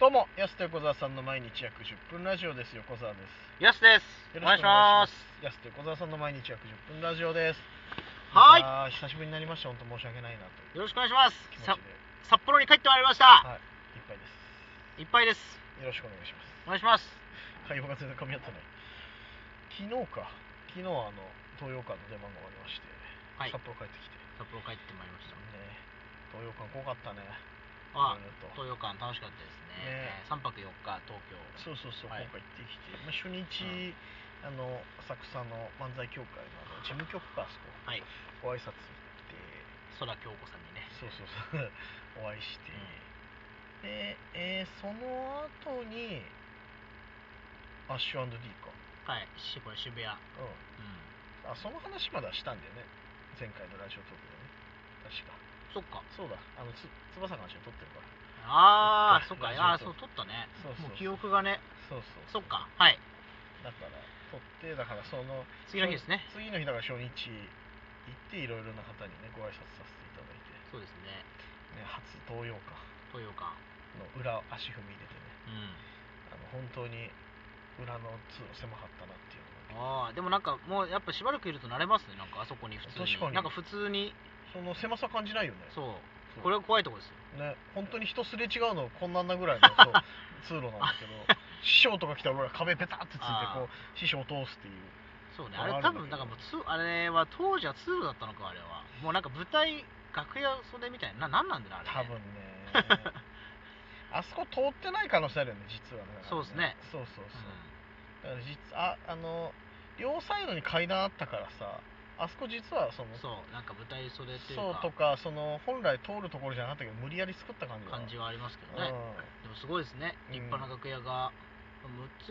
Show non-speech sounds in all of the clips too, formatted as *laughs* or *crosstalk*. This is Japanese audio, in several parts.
どうも、安手小沢さんの毎日約10分ラジオです。横澤です。よしです。お願いします。よろしくお願いします。安手小沢さんの毎日約10分ラジオです。はいあー久しぶりになりました。本当申し訳ないなというよろしくお願いします気。持ちさでい札幌に帰ってまいりましはった。ぱいです。いっぱいです。よろしくお願いしまお願いします。す。会話が全然噛み合ってない。昨日か。昨日あの東洋館の出番が終わりまして、はい札幌帰ってきて。札幌帰ってまいりました。ね、東洋館濃かったね。あい、ろいろと東洋館楽しかったですねね。三泊四日東京。そうそうそう、はい今回行ってきて、まあ、初日、あの浅草の漫才協会のあの事務局かあそこ、はいご挨拶行って空京子さんにね。そうそうそう *laughs* お会いして、で、えーその後にアッシュ &D か、はい。しこれ渋谷。ううん、ん。あその話まだしたんだよね前回のラジオトークでね確かそっか。そうだあのつ翼の話を撮ってるからああ、そそっっかか。ラジオああ、そう撮ったねそうそう。そうもう記憶がね。そうそうそっか。はい。だから撮ってだからその次の日ですね。次の日だから初日行っていろいろな方にねご挨拶させていただいて、そうですね。ね、初東洋館東洋館。の裏足踏み入れてねうん。あの本当に裏の通路狭かったなっていうのがああ、でもなんかもうやっぱしばらくいると慣れますね。なんかあそこに普通に。確かになんか普通に。その狭さ感じないよねそうそう。これが怖いとこですよ。ね本当に人すれ違うのこんなんなぐらいのそう *laughs* 通路なんだけど師匠とか来たら俺ら壁ペタってついてこあう師匠を通すっていうそうね、ああるんれだ多けど分なんかもうつあれは当時は通路だったのかあれはもうなんか舞台楽屋袖みたいなななんなんだろうあ多れ、分 *laughs* ねあそこ通ってない可能性あるよね実はねそうですねそうそうそう、だから実ああの両サイドに階段あったからさあそこ実はそのうん、そうなんか舞台袖っていうそうかとかその本来通るところじゃなかったけど無理やり作った感じが感じはありますけどうんね、でもすごいですねうん立派な楽屋が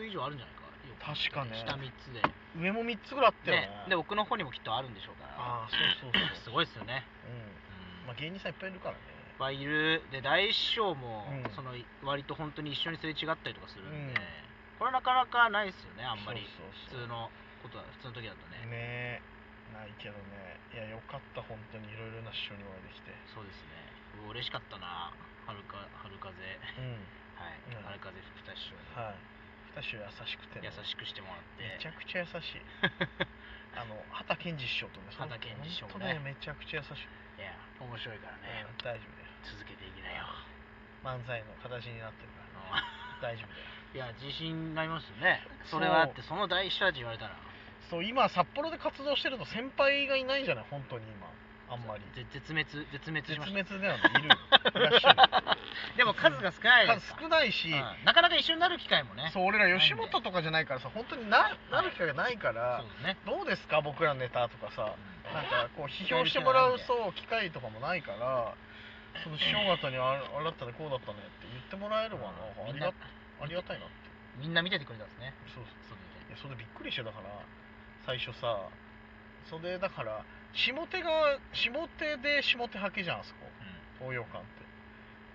6つ以上あるんじゃないかよく確かね下3つで、上も3つぐらいあったよねね、で奥の方にもきっとあるんでしょうからああそうそうそうすごいですよね、ううんまあん芸人さんいっぱいいるからねいっぱいいるで大師匠も、うんその割と本当に一緒にすれ違ったりとかするんうんで、これなかなかないですよねあんまりそうそ普うそう通のことは普通の時だとねえねないけどねいやよかった本当にいろいろな師匠にお会いできてそうですねうわ嬉しかったな春か春風はうんい、うん春風福田師匠にはい二師匠優しくてね優しくしてもらっめてちゃくちゃ優 *laughs* しいあの畑健二師匠とね畑健二師匠ほんとねねめちゃくちゃ優しいいや面白いからね、うん大丈夫だよ続けていきなよ、漫才の形になってるからね大丈夫だよいや自信になりますよねそうそれはだってその大師匠って言われたらそう今札幌で活動してると先輩がいないじゃない本当に今あんまりぜ絶滅絶滅絶しまし滅だよねいるよい *laughs* らっしゃるたでも数が少ないです数少ないし、うんなかなか一緒になる機会もねそう俺ら吉本とかじゃないからさ本当にななる機会がないからそうですね、どうですか僕らのネタとかさうんなんかこう批評してもらう機会そう機会とかもないからその師匠方にああれだったねこうだったねって言ってもらえればなんかありみんがなありがたいなってみんな見ててくれたんですねそうそうそうでいすねやそれでびっくりしてだから最初さそれだから下手が下手で下手はけじゃんあそこ東洋館って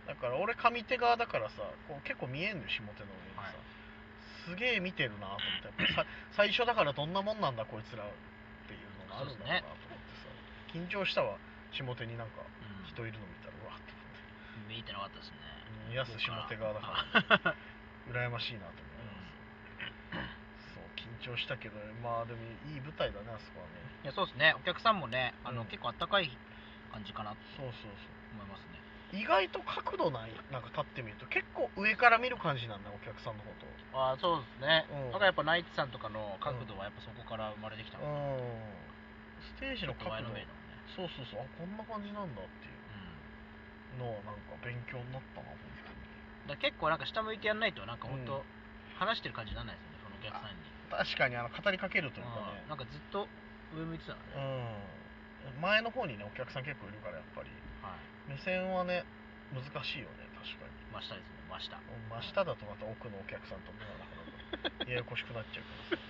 だから俺上手側だからさこう結構見えんのよ下手の俺にさ、はいすげえ見てるなと思ってやっぱさ最初だからどんなもんなんだこいつらっていうのがあるんだろうなと思ってさ、緊張したわ下手になんかうん人いるの見たらうわっと思って見てなかったですね見やす下手側だからら *laughs* 羨ましいなと思います、そう緊張したけどまあでもいい舞台だねあそこはねいやそうですねお客さんもねあの、うん結構あったかい感じかなとそうそうそ思いますねう意外と角度ないなんか立ってみると結構上から見る感じなんだお客さんのことああそうですね、うんだからやっぱナイツさんとかの角度はやっぱそこから生まれてきたうの、んステージのちょっと角前の度めりだもんねそうそうそうあこんな感じなんだっていうのはなんか勉強になったな本当にうんだから結構なんか下向いてやんないとなんか本うん当、話してる感じにならないですよねそのお客さんに確かにあの語りかけるというかうんなんかずっと上向いてたのね、ねうん前の方にねお客さん結構いるからやっぱりはい目線はね難しいよね確かに真下ですね真下真下だとまた奥のお客さんと目がなかなかややこしくなっちゃうからさ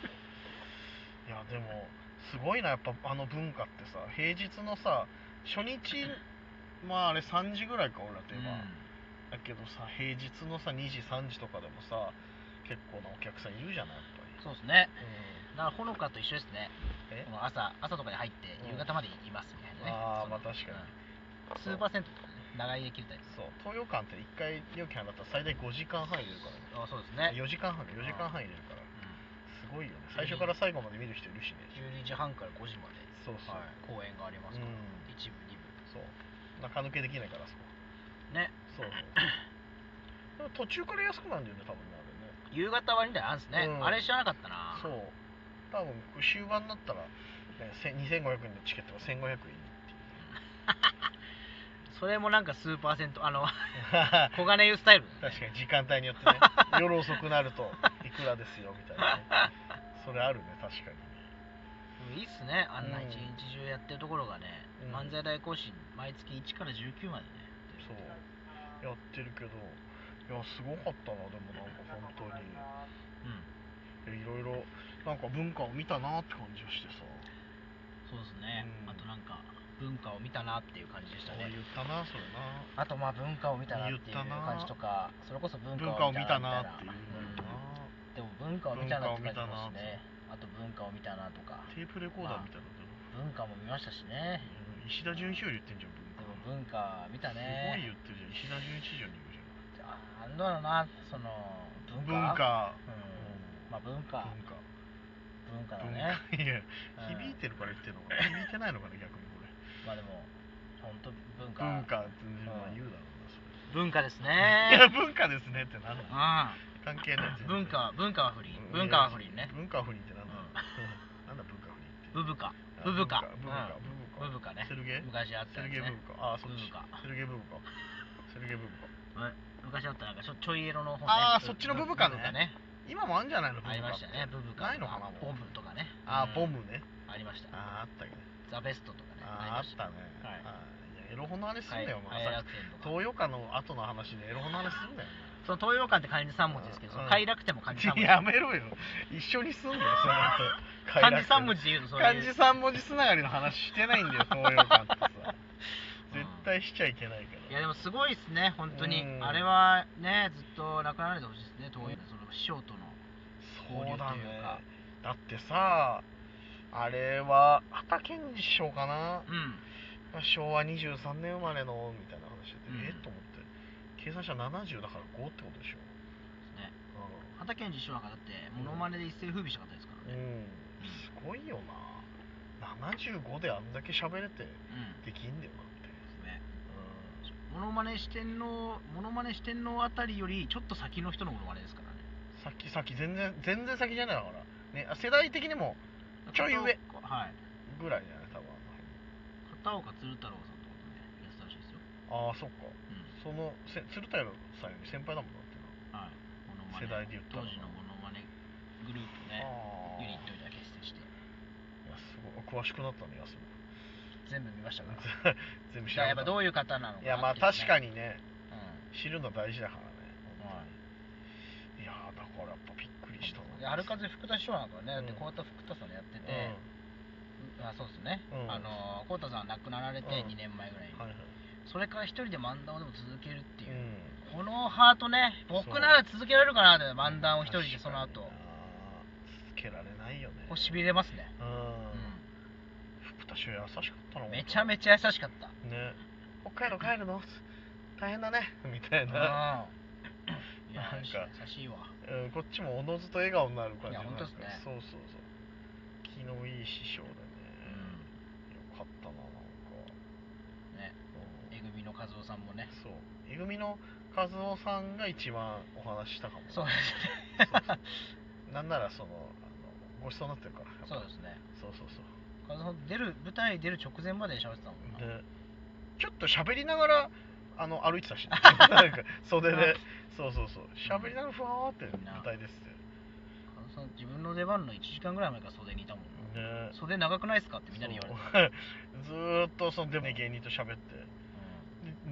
いやでもすごいなやっぱあの文化ってさ平日のさ初日まああれ3時ぐらいか俺らと今、うんだけどさ平日のさ2時3時とかでもさ結構なお客さんいるじゃないやっぱりそうですねうだからほのかと一緒ですねえこの朝朝とかに入ってうん夕方までいますみたいなね、あーそのまあ確かにうん数パーセントとかね長居できるタイプそう東洋館って1回料金払ったら最大5時間半入れるからあそうですねね4時間半4時間半入れるからすごいよね最初から最後まで見る人いるしねうん12時半から5時までそうそう、はい公演がありますうから、ん一部二部そう中抜けできないからあそこねそうそ *laughs* うでも途中から安くなるんだよね多分ねあ夕方割りみたいなのあるんですね、うんあれ知らなかったなれねそう多分これ終盤になったら、ね、せん2500円のチケットが1500円にっていうそれもなんか数パーセントあの確 *laughs* 小金湯スタイルだねかに時間帯によっ *laughs* てね夜遅くなるといくらですよみたいな、ね、それあるね確かにいいっすねあんなうん一日中やってるところがね、うん漫才大行進毎月1から19までねそうやってるけどいやすごかったなでもなんか本当にうんいろいろなんか文化を見たなって感じがしてさそうですね、うんあとなんか文化を見たなっていう感じでしたあね言ったなそれなあとまあ文化を見たなっていう言ったな感じとかそれこそ文文化化をを見見たたななっていうのみよたないなうんでも文化を見たなって感じもし文化を見たなねあと文化を見たなとかテープレコーダーみたいなのでも文化も見ましたしねうん石田純一より言ってんじゃんでも文化文化見たすごいね言ってるじゃん石田純一以上に言うじあなんだろうなそのゃん文文化化うんうんまあ文化文化文化だ文ね *laughs* 化いやうん響いてるから言ってんのかな響いてないのかな逆にこれまあでも本当文化文化ってんまあ言うだろうなそれ文化ですいやね文化ですねってなんだう関係ない全然ん文化文化は不倫うん文化は不倫ね文化は不倫ってなんだう *laughs* んなんだ文化不倫ってブブカあブブカブブカうんブブブブカカねセルゲ昔あっセたやルつゲブねブカあそっブちブカセルゲブブカセルゲブブカ昔あったなんかちょちょい色の方ねあーそっちのブブカねブね今もあんじゃないのブブカありましたねブブカないのかなもうボムとかねあうんーボムねありましたあーあったねザベストとかねあーあったねはいあーいやエロ本の話すんだよおはい前さっ快楽天きとか東洋館の後の話でエロ本の話すんだよその東洋館って漢字3文字ですけど、そのうん快楽天も漢字3文字やめろよ一緒にすんだよその後 *laughs* 漢字3文字で言うとそういう漢字三文字つながりの話してないん *laughs* だよ東洋館ってさ絶対しちゃいけないからいやでもすごいですね本当にうんあれはねずっとなくなられてほしいですね東洋その師匠とのそうだ交流というかねだってさあれは畑健二師匠かなうん昭和23年生まれのみたいな話で、うんえっと思って計算したら70だから5ってことでしょね畑健二師匠なんかだってモノマネで一世風靡した方ですからうん、ねすごいよな75であんだけ喋れてうんできんだよなってですねうんモノマネ四天王モノマネ四天王あたりよりちょっと先の人のモノマネですからねさっきさっき全然全然先じゃないだからねあ世代的にもちょい上片岡はいぐらいじゃない多分片岡鶴太郎さんとかとねやってたらしいですよああそっかうんそのせ鶴太郎さんより先輩だもんだってはいモノマネ世代で言ったら当時のモノマネグループなねああユニットみたいな結成していやすごい詳しくなったね安全部見ました *laughs* か村らだ全部知からやらっなぱいどういう方なのかなっていういやねまあ確かにねう知るの大事だからねはいいやーだからやっぱびっくりしたんで春風福田師匠なんかはね、だってうんこうた福田さんでやってうんて、あそうですね、うんあのこうたさん亡くなられてうん2年前ぐらいに、はいはいそれから一人で漫談をでも続けるっていうんう、このハートね僕なら続けられるかなって漫談を一人でその後確かにな続けられないよねこうしびれますね、ううんん福田師優しかったのめちゃめちゃ優しかったね北海道帰るの大変だねみたういんな、いやなんか優しいわうん、こっちもおのずと笑顔になる感じいやの本当っすねそうそうそう気のいい師匠だね、よかったななんか、ねうんえぐみの和夫さんもねそうえぐみの和夫さんが一番お話ししたかもそうですそうそうなんならそのあのごちそうになってるからやっぱねそうですねそうそうそう和夫さん出る舞台出る直前まで喋ってたもんなでちょっと喋りながらあの歩いてたし、ね、*laughs* なんか袖でそうそうそう喋りながらふわーって舞台ですって和夫さん自分の出番の1時間ぐらい前から袖にいたもんなね袖長くないですかってみんなに言われてれ *laughs* ずーっとそのでもね芸人と喋ってう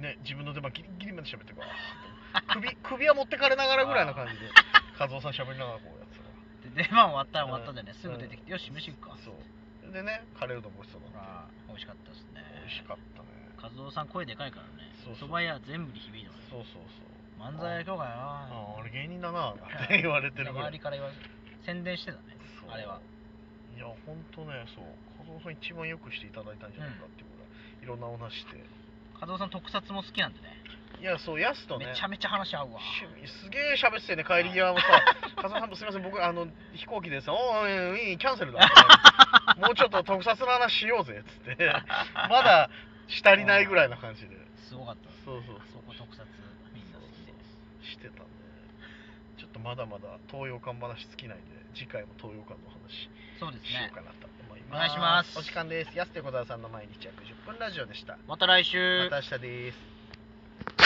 でね自分の出番ギリギリまで喋ってこ *laughs* う首首は持ってかれながらぐらいの感じで和夫さん喋りながらこうやってたかんで出番終わったらら終わったでねすぐ出てきて、うんよし飯行くかそうでねカレーうどんごちそうだったあ美味しかったですね美味しかったね和夫さん声でかいからねそうそうそば屋全部に響いてますそうそうそう漫才協会あはあ俺芸人だなーって言われてるぐら周いりから言われて宣伝してたねそうあれはいやほんとねそう和夫さん一番よくしていただいたんじゃないかっていうぐらい、いろんなお話して和夫さん特撮も好きなんでねいやそうやすとねめちゃめちゃ話合うわ趣味すげえ喋ってたよね帰り際 *laughs* もさ「風間さんすみません僕あの飛行機でさおーいいいいキャンセル *laughs* だ」もうちょっと特撮の話しようぜ」っつってまだしたりないぐらいな感じですごかったですそうそうあそこ特撮みんな好きでしてたねちょっとまだまだ東洋館話尽きないんで次回も東洋館の話しそうですよねうかなと思います、お願いしますお時間です安手小沢さんの毎日約10分ラジオでしたまた来週また明日です